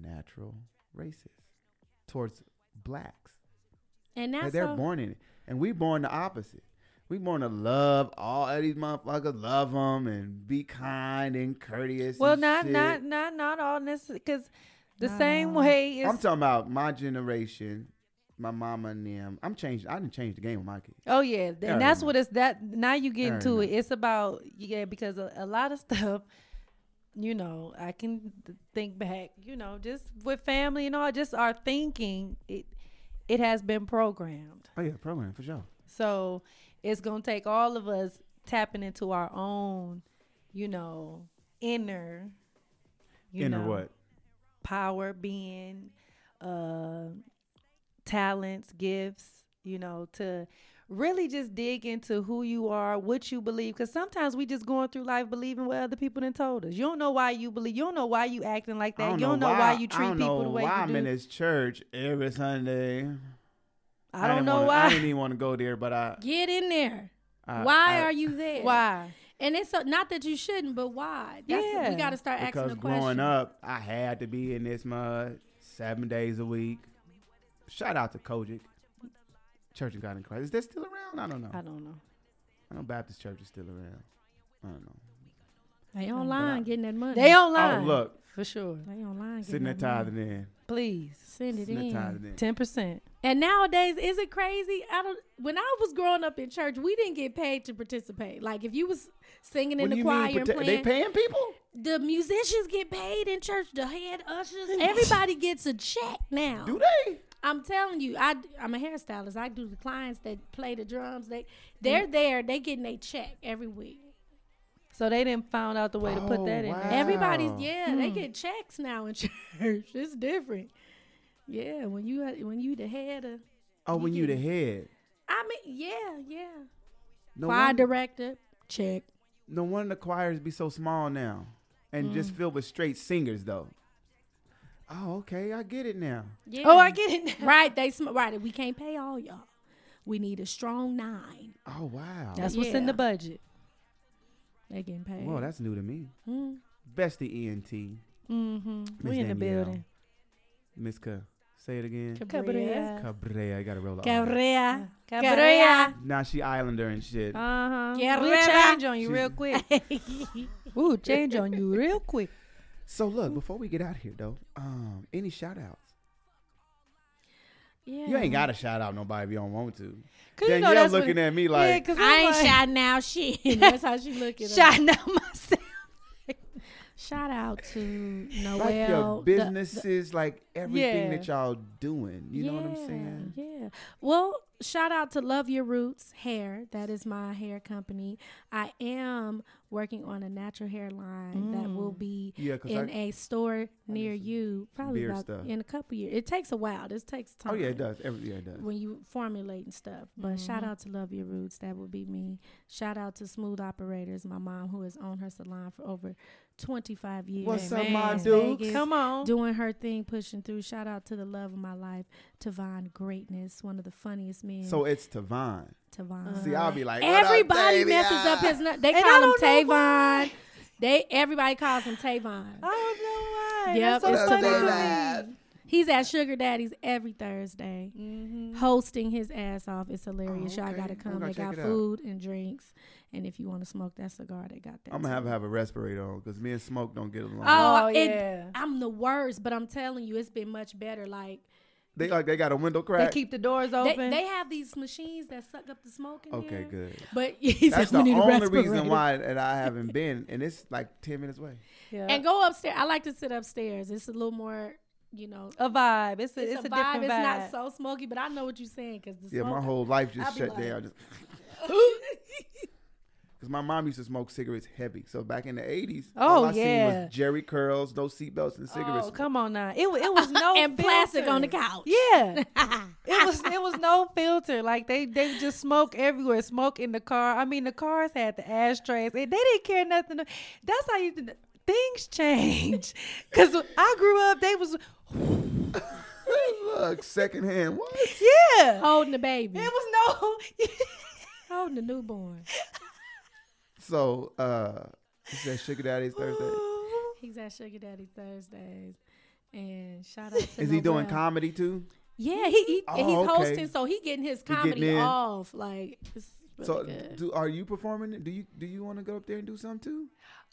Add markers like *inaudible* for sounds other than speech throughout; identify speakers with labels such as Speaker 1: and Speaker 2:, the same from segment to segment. Speaker 1: natural racist towards blacks.
Speaker 2: And that's
Speaker 1: Like they're
Speaker 2: so-
Speaker 1: born in it, and we born the opposite. We born to love all of these motherfuckers, love them, and be kind and courteous.
Speaker 2: well,
Speaker 1: and
Speaker 2: not
Speaker 1: shit.
Speaker 2: not not not all necessarily because the
Speaker 3: Not
Speaker 2: same
Speaker 3: all.
Speaker 2: way is.
Speaker 1: I'm talking about my generation, my mama and them. I'm changing. I didn't change the game with my kids.
Speaker 2: Oh yeah, th-
Speaker 1: already
Speaker 2: and that's
Speaker 1: know.
Speaker 2: what it's that. Now you get
Speaker 1: already
Speaker 2: into it.
Speaker 1: know.
Speaker 2: It's about yeah, because a, a lot of *laughs* stuff, you know, I can th- think back, you know, just with family and all, just our thinking. It it has been programmed,
Speaker 1: Oh yeah, program for sure.
Speaker 2: so it's gonna take all of us tapping into our own, you know, inner, you
Speaker 1: Inner
Speaker 2: know,
Speaker 1: what?
Speaker 2: power being uh talents gifts you know to really just dig into who you are what you believe because sometimes we just going through life believing what other people done told us you don't know why you believe you don't know why you acting like that
Speaker 1: I
Speaker 2: you don't know why, you treat
Speaker 1: I don't
Speaker 2: people
Speaker 1: know
Speaker 2: the way
Speaker 1: why
Speaker 2: you
Speaker 1: I'm
Speaker 2: do
Speaker 1: in this church every Sunday.
Speaker 2: i don't
Speaker 1: didn't
Speaker 2: know
Speaker 1: wanna-
Speaker 2: why
Speaker 1: I didn't even want to go there, but I.
Speaker 3: Get in there.
Speaker 1: I
Speaker 3: why
Speaker 1: I-
Speaker 3: are you
Speaker 2: *laughs*
Speaker 3: there?
Speaker 2: why
Speaker 3: And it's so, not that you shouldn't, but why? That's
Speaker 2: Yeah.
Speaker 3: we got to start asking
Speaker 1: Because
Speaker 3: the question.
Speaker 1: growing up, I had to be in this mud seven days a week. Shout out to Kojic, Church of God in Christ. Is that still around? I don't know.
Speaker 2: i don't know
Speaker 1: I know Baptist Church is still around. I don't know.
Speaker 3: they online getting that money.
Speaker 2: they online
Speaker 1: Oh, look,
Speaker 2: for sure
Speaker 3: They online getting
Speaker 1: sitting there
Speaker 3: that money.
Speaker 1: tithing in.
Speaker 2: please
Speaker 3: Send it
Speaker 1: Sitting there
Speaker 3: in.
Speaker 1: tithing in.
Speaker 2: 10%
Speaker 3: And nowadays, is it crazy? I don't. When I was growing up in church, we didn't get paid to participate. Like if you was singing
Speaker 1: What
Speaker 3: in
Speaker 1: do
Speaker 3: the
Speaker 1: you
Speaker 3: choir
Speaker 1: mean?
Speaker 3: and
Speaker 1: prote- they
Speaker 3: playing,
Speaker 1: paying people?
Speaker 3: the musicians get paid in church. The head ushers, everybody gets a check now.
Speaker 1: Do they?
Speaker 3: I'm telling you, I am a hairstylist. I do the clients that play the drums. They
Speaker 1: Mm.
Speaker 3: they're there. They getting a check every week.
Speaker 2: so they didn't found out the way to put
Speaker 1: Oh, Mm.
Speaker 2: that in
Speaker 1: wow.
Speaker 2: there.
Speaker 3: Everybody's
Speaker 1: Wow.
Speaker 3: yeah. They get checks now in *laughs* church. It's different. Yeah, when you when you the head of,
Speaker 1: Oh, when you the
Speaker 3: get-
Speaker 1: head.
Speaker 3: I mean, yeah, yeah.
Speaker 1: No
Speaker 3: choir
Speaker 1: wonder,
Speaker 3: director, check.
Speaker 1: no wonder the choirs be so small now, and just
Speaker 3: Mm.
Speaker 1: filled with straight singers though. Oh, okay, I get it now.
Speaker 3: Yeah.
Speaker 2: oh i get it now.
Speaker 3: Right, they sm- right. We can't pay all y'all. We need a strong nine.
Speaker 1: Oh wow.
Speaker 2: that's what's in
Speaker 3: Yeah.
Speaker 2: the budget
Speaker 3: They getting paid.
Speaker 1: Whoa, that's new to me.
Speaker 3: Mm.
Speaker 1: Bestie ENT.
Speaker 2: Mm-hmm.
Speaker 1: Miss
Speaker 2: We in the
Speaker 1: Danielle.
Speaker 2: building.
Speaker 1: Miss K, say it again.
Speaker 3: Cabrera.
Speaker 1: Cabrera, I gotta roll off.
Speaker 3: Cabrera.
Speaker 2: Cabrera.
Speaker 1: Now she Islander and shit.
Speaker 2: Uh-huh. We
Speaker 3: Guerrera.
Speaker 2: change on you
Speaker 1: She's-
Speaker 2: real
Speaker 3: *laughs*
Speaker 2: quick. Ooh, change on you real quick.
Speaker 1: so look, before we get out here though, um, any shout outs?
Speaker 3: yeah.
Speaker 1: You ain't gotta shout out nobody if you don't want to.
Speaker 2: 'Cause
Speaker 1: Danielle
Speaker 2: that's
Speaker 1: looking
Speaker 2: what-
Speaker 1: at me like,
Speaker 2: yeah, 'cause
Speaker 3: I
Speaker 2: I'm
Speaker 3: ain't
Speaker 1: *laughs*
Speaker 2: like,
Speaker 3: shot now. Shit. That's how she looking.
Speaker 2: shouting out myself.
Speaker 3: Shout out to Noel.
Speaker 1: like your
Speaker 3: the-
Speaker 1: businesses, like everything
Speaker 2: Yeah.
Speaker 1: that y'all doing. You know what I'm
Speaker 3: Yeah,
Speaker 1: saying?
Speaker 3: Yeah. Well, shout out to Love Your Roots Hair. That is my hair company. I am working on a natural hair line that will be
Speaker 1: Mm. Yeah, 'cause
Speaker 3: in
Speaker 1: I-
Speaker 3: a store near you probably
Speaker 1: beard
Speaker 3: about
Speaker 1: stuff.
Speaker 3: in a couple years. It takes a while. This takes time.
Speaker 1: Oh yeah, it does. Every yeah, it does. Mm-hmm.
Speaker 3: When you formulate and stuff. But shout out to Love Your Roots. That would be me. Shout out to Smooth Operators, my mom who has owned her salon for over 25 years
Speaker 1: What's
Speaker 2: man.
Speaker 1: up, my
Speaker 2: Las
Speaker 1: dudes?
Speaker 3: Vegas.
Speaker 2: Come on.
Speaker 3: doing her thing, pushing through. Shout out to the love of my life, Tavon Greatness, one of the funniest men.
Speaker 1: So it's Tavon.
Speaker 3: Tavon.
Speaker 1: See, I'll be like, what up,
Speaker 3: everybody
Speaker 1: baby?
Speaker 3: messes
Speaker 1: Ah.
Speaker 3: up his. nu- They
Speaker 2: And I
Speaker 3: call him
Speaker 2: don't know
Speaker 3: Tavon. They everybody calls him Tavon.
Speaker 2: I don't know why.
Speaker 3: Yep,
Speaker 2: That's so
Speaker 3: it's
Speaker 2: funny
Speaker 3: the
Speaker 2: to
Speaker 1: vibe.
Speaker 2: me.
Speaker 3: He's at Sugar Daddy's every Thursday,
Speaker 2: Mm-hmm.
Speaker 3: hosting his ass off. It's hilarious.
Speaker 1: Oh,
Speaker 3: Y'all
Speaker 1: okay.
Speaker 3: gotta
Speaker 1: I'm
Speaker 3: come.
Speaker 1: gonna
Speaker 3: They
Speaker 1: check
Speaker 3: got
Speaker 1: it out.
Speaker 3: food and drinks, and if you want to smoke that cigar, they got that.
Speaker 1: I'm gonna have
Speaker 3: too.
Speaker 1: have a respirator on because me and Smoke don't get along.
Speaker 3: Oh,
Speaker 2: Oh,
Speaker 3: and
Speaker 2: yeah.
Speaker 3: I'm the worst, but I'm telling you, it's been much better. Like
Speaker 1: they like they got a window
Speaker 2: They
Speaker 1: crack.
Speaker 2: keep the doors
Speaker 3: They,
Speaker 2: open.
Speaker 3: they have these machines that suck up the smoke in there.
Speaker 1: okay, good.
Speaker 3: But *laughs* he
Speaker 1: That's the
Speaker 3: said we need a
Speaker 1: only
Speaker 3: respirator.
Speaker 1: reason why that I haven't been, and it's like ten minutes away.
Speaker 2: yeah.
Speaker 3: And go upstairs. I like to sit upstairs. It's a little more, you know,
Speaker 2: a vibe. It's a,
Speaker 3: it's,
Speaker 2: it's
Speaker 3: a,
Speaker 2: a,
Speaker 3: vibe.
Speaker 2: different
Speaker 3: It's
Speaker 2: vibe.
Speaker 3: not so smoky, but I know what you're saying because the
Speaker 1: Yeah, my
Speaker 3: smoke-
Speaker 1: whole life
Speaker 3: I'll
Speaker 1: just
Speaker 3: be
Speaker 1: shut
Speaker 3: like-
Speaker 1: down. Just
Speaker 3: *laughs*
Speaker 1: because my mom used to smoke cigarettes heavy. So back in the eighties, all
Speaker 2: Oh,
Speaker 1: I seen
Speaker 2: yeah.
Speaker 1: was Jerry curls, no seatbelts, and cigarettes.
Speaker 2: Oh, come on now. It, wa- it
Speaker 3: *laughs*
Speaker 2: was no
Speaker 3: and plastic on the
Speaker 2: filter.
Speaker 3: couch.
Speaker 2: Yeah. it was it was no filter. Like they they just smoke everywhere. Smoke in the car. I mean, the cars had the ashtrays. And they didn't care nothing. That's how you things change. *laughs* Cause I grew up, they was
Speaker 1: *laughs* Look, secondhand. What?
Speaker 2: yeah.
Speaker 3: *laughs* holding the baby,
Speaker 2: It was no. *laughs*
Speaker 3: holding the newborn.
Speaker 1: So uh, you said Sugar Daddy's Thursday.
Speaker 3: He's at Sugar Daddy Thursdays, And shout out to
Speaker 1: Is he doing
Speaker 3: Noel.
Speaker 1: comedy too?
Speaker 3: Yeah, he, he
Speaker 1: Oh,
Speaker 3: he's
Speaker 1: okay.
Speaker 3: hosting, so he getting his
Speaker 1: getting
Speaker 3: comedy
Speaker 1: in.
Speaker 3: off. Like, it's really
Speaker 1: so
Speaker 3: good.
Speaker 1: do, are you performing? Do you do you want to go up there and do something too?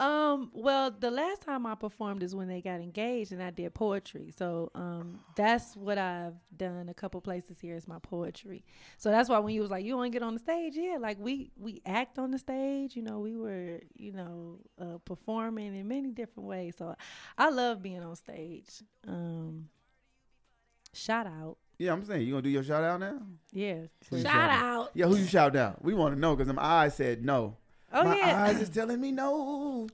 Speaker 2: Um, well, the last time I performed is when they got engaged and I did poetry. So, um, that's what I've done a couple places here is my poetry. So that's why when you was like, you want to get on the stage? Yeah. Like we, we act on the stage, you know, we were, you know, uh, performing in many different ways. So I love being on stage. Um, shout out.
Speaker 1: Yeah, I'm saying you gonna do your shout out now.
Speaker 2: Yeah.
Speaker 1: Who you
Speaker 3: shout
Speaker 1: shouting?
Speaker 3: out.
Speaker 1: Yeah, who you shout out? We want to know because my eyes said no.
Speaker 2: Oh
Speaker 1: my
Speaker 2: yeah.
Speaker 1: eyes
Speaker 2: *laughs*
Speaker 1: is telling me no.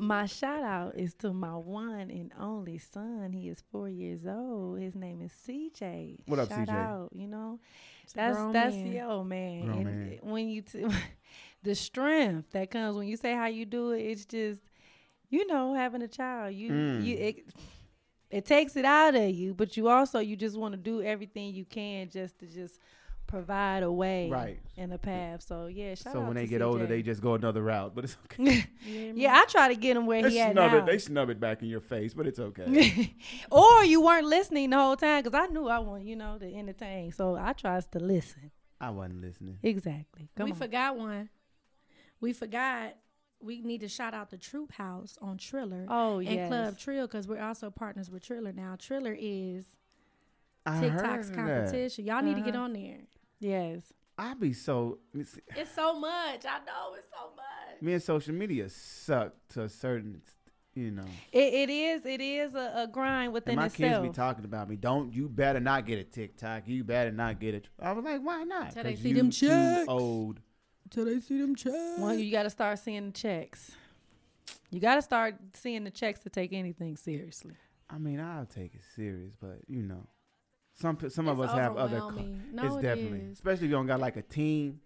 Speaker 2: My shout out is to my one and only son. He is four years old. His name is CJ.
Speaker 1: What up,
Speaker 2: shout
Speaker 1: CJ?
Speaker 2: Out, you know,
Speaker 3: It's a
Speaker 2: that's
Speaker 3: grown
Speaker 2: that's
Speaker 3: man.
Speaker 2: the old man.
Speaker 1: Grown
Speaker 2: and
Speaker 1: man.
Speaker 2: it- When you t- *laughs* the strength that comes when you say how you do it, it's just you know having a child. You
Speaker 1: Mm.
Speaker 2: you it, it takes it out of you, but you also you just want to do everything you can just to just provide a way
Speaker 1: Right.
Speaker 2: and a path. So yeah, shout
Speaker 1: so
Speaker 2: out
Speaker 1: when
Speaker 2: to
Speaker 1: they get
Speaker 2: CJ.
Speaker 1: older,
Speaker 2: *laughs*
Speaker 1: they just go another route. But it's okay.
Speaker 3: You hear me?
Speaker 2: Yeah, I try to get him where
Speaker 1: They
Speaker 2: he at
Speaker 1: snub
Speaker 2: now.
Speaker 1: it. They snub it back in your face, but it's
Speaker 2: *laughs*
Speaker 1: okay.
Speaker 2: or you weren't listening the whole time because I knew I want you know to entertain, so I tries to listen.
Speaker 1: I wasn't listening.
Speaker 2: Exactly. Come
Speaker 3: we
Speaker 2: on.
Speaker 3: forgot one. We forgot. We need to shout out the Troop House on Triller
Speaker 2: oh
Speaker 3: and
Speaker 2: yes.
Speaker 3: Club Trill because we're also partners with Triller now. Triller is
Speaker 1: I heard
Speaker 3: TikTok's
Speaker 1: of that.
Speaker 3: competition. Y'all need to get
Speaker 2: Uh-huh.
Speaker 3: on there.
Speaker 2: Yes.
Speaker 1: I be so
Speaker 3: It's so much. I know it's so much.
Speaker 1: me and social media suck to a certain, ex- you know.
Speaker 2: It, it is. It is a, a grind
Speaker 1: And
Speaker 2: within
Speaker 1: my
Speaker 2: itself.
Speaker 1: kids be talking about me. Don't you better not get a TikTok. You better not get it. I was like, why not?
Speaker 3: Till they
Speaker 1: 'Cause
Speaker 3: see
Speaker 1: you
Speaker 3: them
Speaker 1: too
Speaker 3: checks.
Speaker 1: Old.
Speaker 3: Till they see them checks.
Speaker 2: well, you got to start seeing the checks. You got to start seeing the checks to take anything seriously.
Speaker 1: I mean, I'll take it serious, but you know, some pe- some of us have other. co-
Speaker 3: No,
Speaker 1: it's
Speaker 3: it
Speaker 1: definitely,
Speaker 3: is.
Speaker 1: especially if you don't got like a team.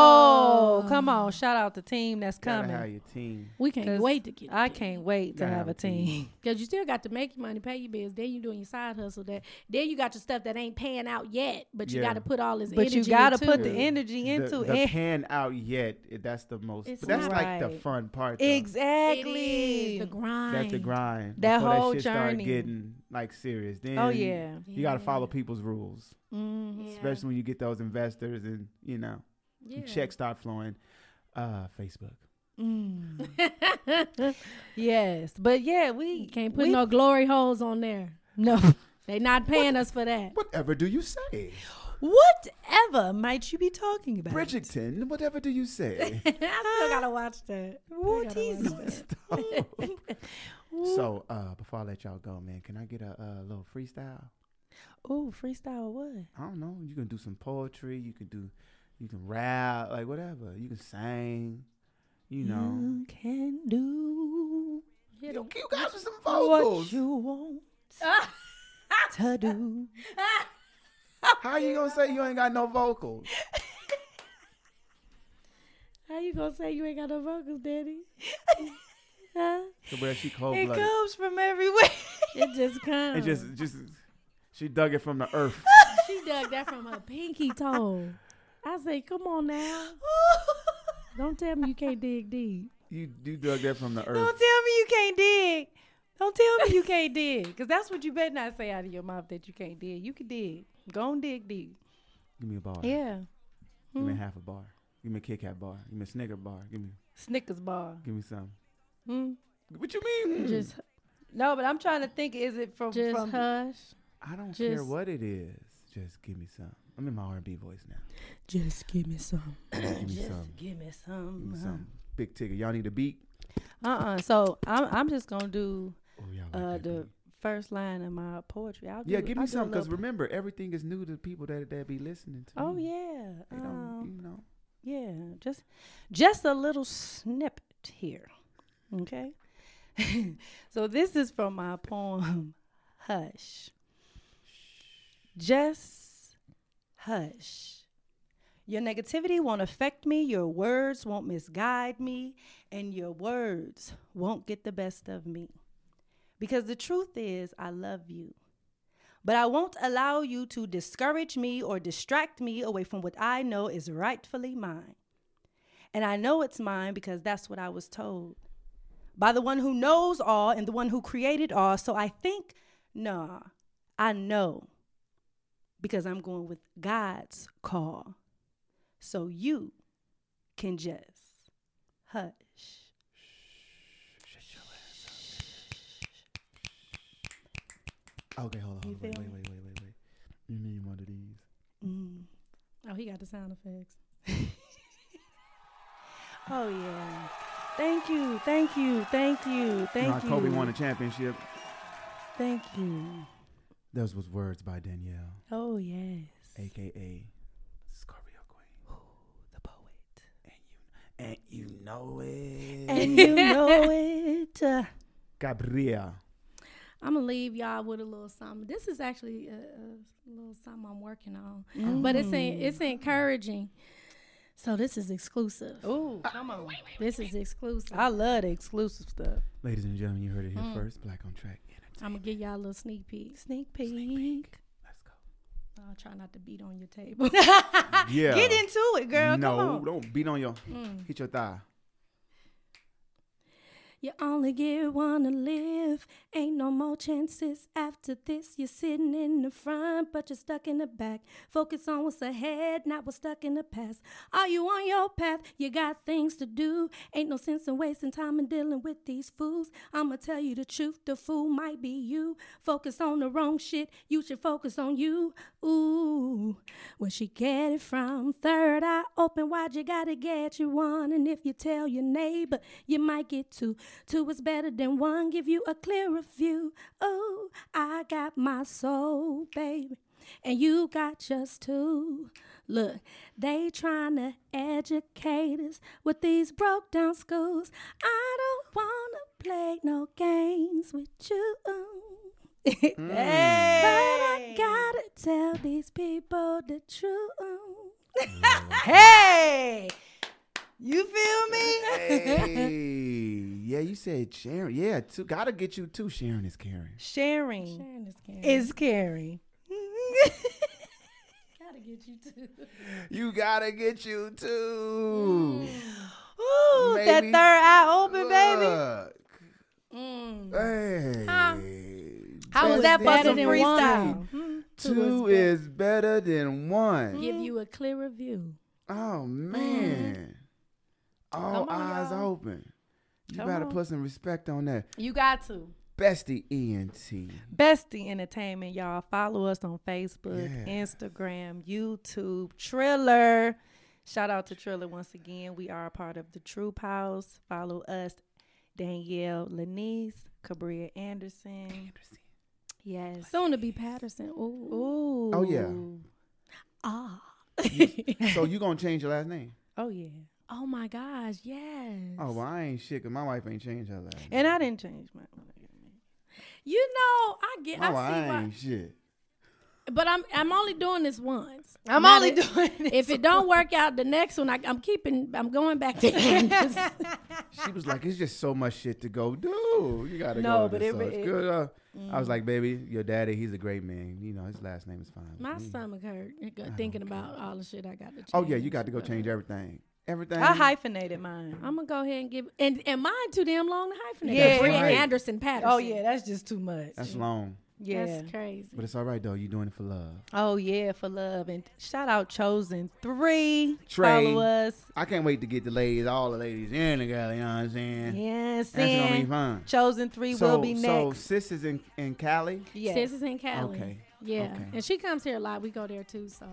Speaker 2: Oh, come on! Shout out the team that's
Speaker 1: Gotta have
Speaker 2: coming.
Speaker 1: your team.
Speaker 3: We can't
Speaker 2: 'Cause
Speaker 3: wait to get.
Speaker 2: I can't wait to
Speaker 1: Gotta
Speaker 2: have a team.
Speaker 3: Because you still got to make your money, pay your bills. Then you doing your side hustle. That then you got your stuff that ain't paying out yet, but you
Speaker 1: Yeah.
Speaker 3: got to put all this.
Speaker 2: But
Speaker 3: energy
Speaker 2: you got to
Speaker 3: into
Speaker 2: put the
Speaker 3: it.
Speaker 2: energy into
Speaker 1: the, the
Speaker 2: it.
Speaker 1: pan out yet. it- That's the most.
Speaker 3: It's
Speaker 1: but that's
Speaker 3: not-
Speaker 1: like the
Speaker 2: Right.
Speaker 1: fun part. though.
Speaker 2: Exactly.
Speaker 3: It is the grind.
Speaker 1: That's the grind.
Speaker 2: That
Speaker 1: Before
Speaker 2: whole
Speaker 1: that shit
Speaker 2: journey.
Speaker 1: Start getting like serious. Then
Speaker 2: Oh yeah.
Speaker 1: You gotta
Speaker 3: Yeah.
Speaker 1: follow people's rules,
Speaker 2: Mm.
Speaker 3: Yeah.
Speaker 1: especially when you get those investors and you know
Speaker 3: Yeah.
Speaker 1: checks start flowing. Uh, Facebook.
Speaker 2: Mm.
Speaker 3: *laughs*
Speaker 2: yes, but yeah, we
Speaker 3: You can't put
Speaker 2: we-
Speaker 3: no glory holes on there.
Speaker 2: *laughs* no.
Speaker 3: They not paying us for that.
Speaker 1: Whatever do you say,
Speaker 2: Whatever might you be talking about?
Speaker 1: Bridgerton? Whatever do you
Speaker 3: *laughs*
Speaker 1: say?
Speaker 3: *laughs* I still gotta watch that.
Speaker 2: What
Speaker 3: gotta
Speaker 2: is
Speaker 3: watch
Speaker 2: it?
Speaker 1: so uh, before I let y'all go, man, can I get a, uh little freestyle?
Speaker 2: Ooh, freestyle what?
Speaker 1: I don't know. You can do some poetry. You can do, you can rap, like whatever. You can sing. You know,
Speaker 2: You can do
Speaker 3: Hit
Speaker 1: you,
Speaker 3: 'em.
Speaker 1: you guys are some
Speaker 2: what
Speaker 1: vocals.
Speaker 2: you *laughs* want to do.
Speaker 1: How you gonna say you ain't got no vocals?
Speaker 3: How you gonna say you ain't got no vocals, *laughs* Daddy?
Speaker 2: Huh?
Speaker 1: So, well, she cold
Speaker 2: It
Speaker 1: blooded.
Speaker 2: comes from *laughs* everywhere.
Speaker 3: It just comes.
Speaker 1: It just, just, she dug it from the earth.
Speaker 3: she dug that from her pinky toe. I say, come on now. Don't tell me you can't dig deep.
Speaker 1: You, you dug that from the
Speaker 2: *laughs* Don't
Speaker 1: earth.
Speaker 2: tell me you can't dig. Don't tell *laughs* me you can't dig. Because that's what you better not say out of your mouth that you can't dig. You can dig. Go and dig deep.
Speaker 1: Give me a bar.
Speaker 2: Yeah.
Speaker 1: Give me half a bar. Give me a Kit Kat bar. Give me a Snicker bar. Give me,
Speaker 2: Snickers bar.
Speaker 1: give me some.
Speaker 2: Hmm.
Speaker 1: What you mean? mm?
Speaker 3: Just,
Speaker 2: No, but I'm trying to think. Is it from
Speaker 3: just
Speaker 2: from
Speaker 3: hush.
Speaker 1: I don't care
Speaker 3: just-
Speaker 1: what it is. Just give me some. I'm in my R&B voice
Speaker 2: *gasps*
Speaker 1: now.
Speaker 3: Just give me some.
Speaker 1: give me
Speaker 2: Just
Speaker 1: some.
Speaker 2: give me
Speaker 1: Give me
Speaker 2: some.
Speaker 1: some. Big ticket. Y'all need a beat.
Speaker 2: Uh uh So I'm I'm just gonna do
Speaker 1: Oh y'all like
Speaker 2: uh
Speaker 1: that
Speaker 2: the
Speaker 1: beat.
Speaker 2: first line of my poetry. I'll
Speaker 1: yeah,
Speaker 2: do-
Speaker 1: give
Speaker 2: I'll
Speaker 1: me
Speaker 2: do a
Speaker 1: some because
Speaker 2: little-
Speaker 1: remember everything is new to the people that that be listening to.
Speaker 2: Oh
Speaker 1: me.
Speaker 2: yeah.
Speaker 1: They don't,
Speaker 2: Um,
Speaker 1: you know.
Speaker 2: Yeah, just just a little snippet here. Okay. *laughs* so this is from my poem Hush. Just hush. Your negativity won't affect me, your words won't misguide me, and your words won't get the best of me. Because the truth is, I love you. But I won't allow you to discourage me or distract me away from what I know is rightfully mine. And I know it's mine because that's what I was told. by the one who knows all and the one who created all. So I think, nah, I know because I'm going with God's call. So you can just hush.
Speaker 1: Okay, hold on.
Speaker 2: You
Speaker 1: Hold on wait,
Speaker 2: feel
Speaker 1: wait,
Speaker 2: me?
Speaker 1: wait, wait, wait, wait. You need one of these.
Speaker 2: Mm.
Speaker 3: Oh, he got the sound effects.
Speaker 2: Oh yeah. Thank you, thank you, thank you, thank
Speaker 1: Ron
Speaker 2: you.
Speaker 1: Kobe won a championship.
Speaker 2: Thank you.
Speaker 1: Those was words by Danielle,
Speaker 2: Oh yes.
Speaker 1: aka Scorpio Queen,
Speaker 2: The poet.
Speaker 1: and you know it.
Speaker 2: And you *laughs* know it. Uh,
Speaker 1: Gabrielle.
Speaker 3: I'm gonna leave y'all with a little something. This is actually a, a little something I'm working on, but it's en- it's encouraging. So this is exclusive.
Speaker 2: Ooh, come on.
Speaker 3: This is exclusive.
Speaker 2: I
Speaker 3: i
Speaker 2: love the exclusive stuff.
Speaker 1: Ladies and gentlemen, you heard it here
Speaker 2: Mm.
Speaker 1: first. Black on track. Entertainment.
Speaker 3: am gonna give y'all a little sneak peek.
Speaker 2: Sneak peek.
Speaker 1: Let's go.
Speaker 3: I'll try not to beat on your table. *laughs*
Speaker 1: Yeah.
Speaker 2: Ah, Get into it, girl.
Speaker 1: no,
Speaker 2: Come on. Mm.
Speaker 1: don't beat on your. Hit your
Speaker 2: *laughs*
Speaker 1: thigh.
Speaker 3: You only get one to live. Ain't no more chances after this. You're sitting in the front, but you're stuck in the back. Focus on what's ahead, not what's stuck in the past. Are you on your path? You got things to do. Ain't no sense in wasting time in dealing with these fools. I'ma tell you the truth. The fool might be you. Focus on the wrong shit. You should focus on you. Ooh, where she get it from? Third eye open wide. You gotta get you one, and if you tell your neighbor, you might get two. Two is better than one. Give you a clearer view. Ooh, I got my soul, baby and you got just two. Look, they trying to educate us with these broke down schools. I don't wanna play no games with you.
Speaker 1: Mm.
Speaker 3: But I gotta tell these people the truth.
Speaker 2: Hey, you feel me?
Speaker 1: hey. Yeah, you said Sharon. Yeah, two, gotta get you too. Sharon is Karen.
Speaker 2: Sharing
Speaker 3: Sharing this game.
Speaker 2: is caring.
Speaker 3: gotta get you too.
Speaker 1: You gotta get you too.
Speaker 2: Mm. Ooh, that
Speaker 1: Maybe.
Speaker 2: third eye open, baby. Mm.
Speaker 1: Look. Hey.
Speaker 2: How was
Speaker 1: Best
Speaker 2: that for
Speaker 1: thing
Speaker 3: better
Speaker 2: some
Speaker 3: than
Speaker 2: freestyle?
Speaker 3: one.
Speaker 2: Hmm.
Speaker 1: Two
Speaker 3: is
Speaker 1: is better than one.
Speaker 2: Mm.
Speaker 3: Give you a clearer view.
Speaker 1: Oh man. All
Speaker 2: Come on,
Speaker 1: eyes
Speaker 2: y'all.
Speaker 1: open. You
Speaker 2: Come
Speaker 1: gotta
Speaker 2: on.
Speaker 1: put some respect on that.
Speaker 2: You got to.
Speaker 1: Bestie E
Speaker 2: *laughs*
Speaker 1: ENT.
Speaker 2: Bestie Entertainment, y'all. Follow us on Facebook,
Speaker 1: Yeah.
Speaker 2: Instagram, YouTube, Triller. Shout out to Triller once again. We are a part of the Troop House. Follow us, Danielle Lanise, Cabria Anderson. Yes.
Speaker 3: Soon to be Patterson. Ooh.
Speaker 2: Ooh.
Speaker 1: Oh, yeah.
Speaker 3: Ah.
Speaker 1: so you gonna change your last name?
Speaker 2: Oh yeah.
Speaker 3: Oh my gosh, yes.
Speaker 1: Oh well, I ain't shit 'cause my wife ain't changed her last name.
Speaker 2: And I didn't change my
Speaker 3: You know, I get,
Speaker 1: my
Speaker 3: I
Speaker 1: wife
Speaker 3: see why,
Speaker 1: ain't shit.
Speaker 3: but I'm, I'm only doing this once.
Speaker 2: I'm
Speaker 3: Now
Speaker 2: only
Speaker 3: that-
Speaker 2: doing it.
Speaker 3: If it don't work out, the next one, I, I'm keeping, I'm going
Speaker 2: *laughs*
Speaker 3: back to *laughs* Candace.
Speaker 1: She was like, "It's just so much shit to go do. You gotta
Speaker 2: No,
Speaker 1: go."
Speaker 2: but
Speaker 1: do
Speaker 2: it
Speaker 1: so
Speaker 2: re-
Speaker 1: it's
Speaker 2: it- Mm.
Speaker 1: good. Uh, I was like, "Baby, your daddy, he's a great man. You know, his last name is fine." with
Speaker 3: My
Speaker 1: me."
Speaker 3: stomach hurt thinking about all the shit I got to change.
Speaker 1: Oh yeah, you got to go change everything. Everything.
Speaker 2: I hyphenated mine.
Speaker 3: I'm gonna go ahead and give, and, and mine too damn long to hyphenate.
Speaker 2: Yeah. That's
Speaker 3: Brian
Speaker 1: right.
Speaker 3: Anderson Patterson.
Speaker 2: oh yeah, that's just too much.
Speaker 1: That's long,
Speaker 2: yeah.
Speaker 3: that's crazy.
Speaker 1: but it's all right though. You're doing it for love.
Speaker 2: Oh yeah, for love and shout out Chosen Three.
Speaker 1: Trey.
Speaker 2: Follow us.
Speaker 1: I can't wait to get the ladies, all the ladies in together. You know what I'm saying?
Speaker 2: Yes,
Speaker 1: That's gonna be
Speaker 2: and
Speaker 1: fun.
Speaker 2: Chosen Three
Speaker 1: so,
Speaker 2: will be
Speaker 1: so
Speaker 2: next.
Speaker 1: sis is in, in Cali.
Speaker 2: yes.
Speaker 3: Sis is in Cali.
Speaker 1: Okay.
Speaker 3: Yeah,
Speaker 1: Okay.
Speaker 3: and she comes here a lot. We go there too, so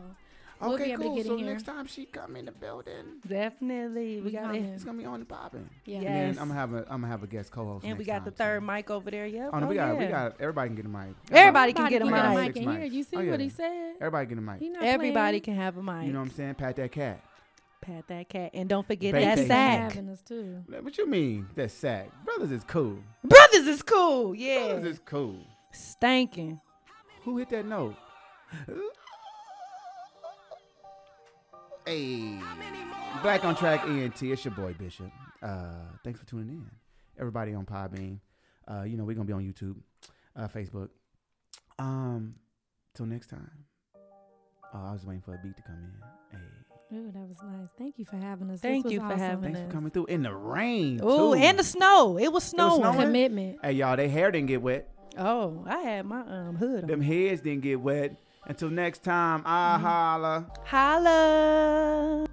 Speaker 3: we'll be
Speaker 1: Okay,
Speaker 3: able
Speaker 1: cool.
Speaker 3: to get
Speaker 1: so
Speaker 3: in here.
Speaker 1: next time she come in the building,
Speaker 2: Definitely. We
Speaker 3: We
Speaker 2: got
Speaker 3: coming.
Speaker 2: it.
Speaker 1: it's gonna be on and popping.
Speaker 3: Yeah.
Speaker 1: And then
Speaker 2: Yes.
Speaker 1: I'm gonna have a I'm gonna have a guest co-host.
Speaker 2: And we
Speaker 1: next
Speaker 2: got the
Speaker 1: time, too.
Speaker 2: third mic over there. Yep.
Speaker 1: Oh no, we
Speaker 2: Oh,
Speaker 1: got we
Speaker 2: yeah.
Speaker 1: got everybody can get a mic.
Speaker 2: Everybody can get a
Speaker 3: Everybody
Speaker 1: mic.
Speaker 3: can
Speaker 1: Six
Speaker 3: in here.
Speaker 1: mics.
Speaker 3: You see
Speaker 1: Oh,
Speaker 3: what
Speaker 1: yeah.
Speaker 3: he said?
Speaker 1: Everybody get a mic.
Speaker 3: He not
Speaker 2: Everybody can
Speaker 3: playing.
Speaker 2: have a mic.
Speaker 1: You know what I'm saying? Pat that cat.
Speaker 2: Pat that cat. And don't forget
Speaker 1: Thank
Speaker 2: that
Speaker 1: you.
Speaker 2: sack.
Speaker 3: Having us too.
Speaker 1: What you mean? That sack. Brothers is cool.
Speaker 2: Brothers is cool. Yeah.
Speaker 1: Brothers is cool.
Speaker 2: Stankin'.
Speaker 1: Who hit that note? hey. Black on track ENT. It's your boy Bishop. Uh, thanks for tuning in. Everybody on Podbean. Uh, you know, we're gonna be on YouTube, uh, Facebook. Um, till next time. Oh, I was waiting for a beat to come in. Hey.
Speaker 3: Ooh, that was nice. Thank you for having us. This
Speaker 2: Thank
Speaker 3: was
Speaker 2: you for
Speaker 3: awesome.
Speaker 2: having
Speaker 1: Thanks for
Speaker 2: Yes.
Speaker 1: coming through in the rain.
Speaker 2: Oh,
Speaker 1: too.
Speaker 2: and the snow. It was snowing.
Speaker 1: snowing? Come-
Speaker 3: Commitment.
Speaker 1: hey y'all, they hair didn't get wet.
Speaker 2: Oh, I had my um hood on.
Speaker 1: Them
Speaker 2: Mm-hmm.
Speaker 1: heads didn't get wet. Until next time, I holla.
Speaker 2: Holla.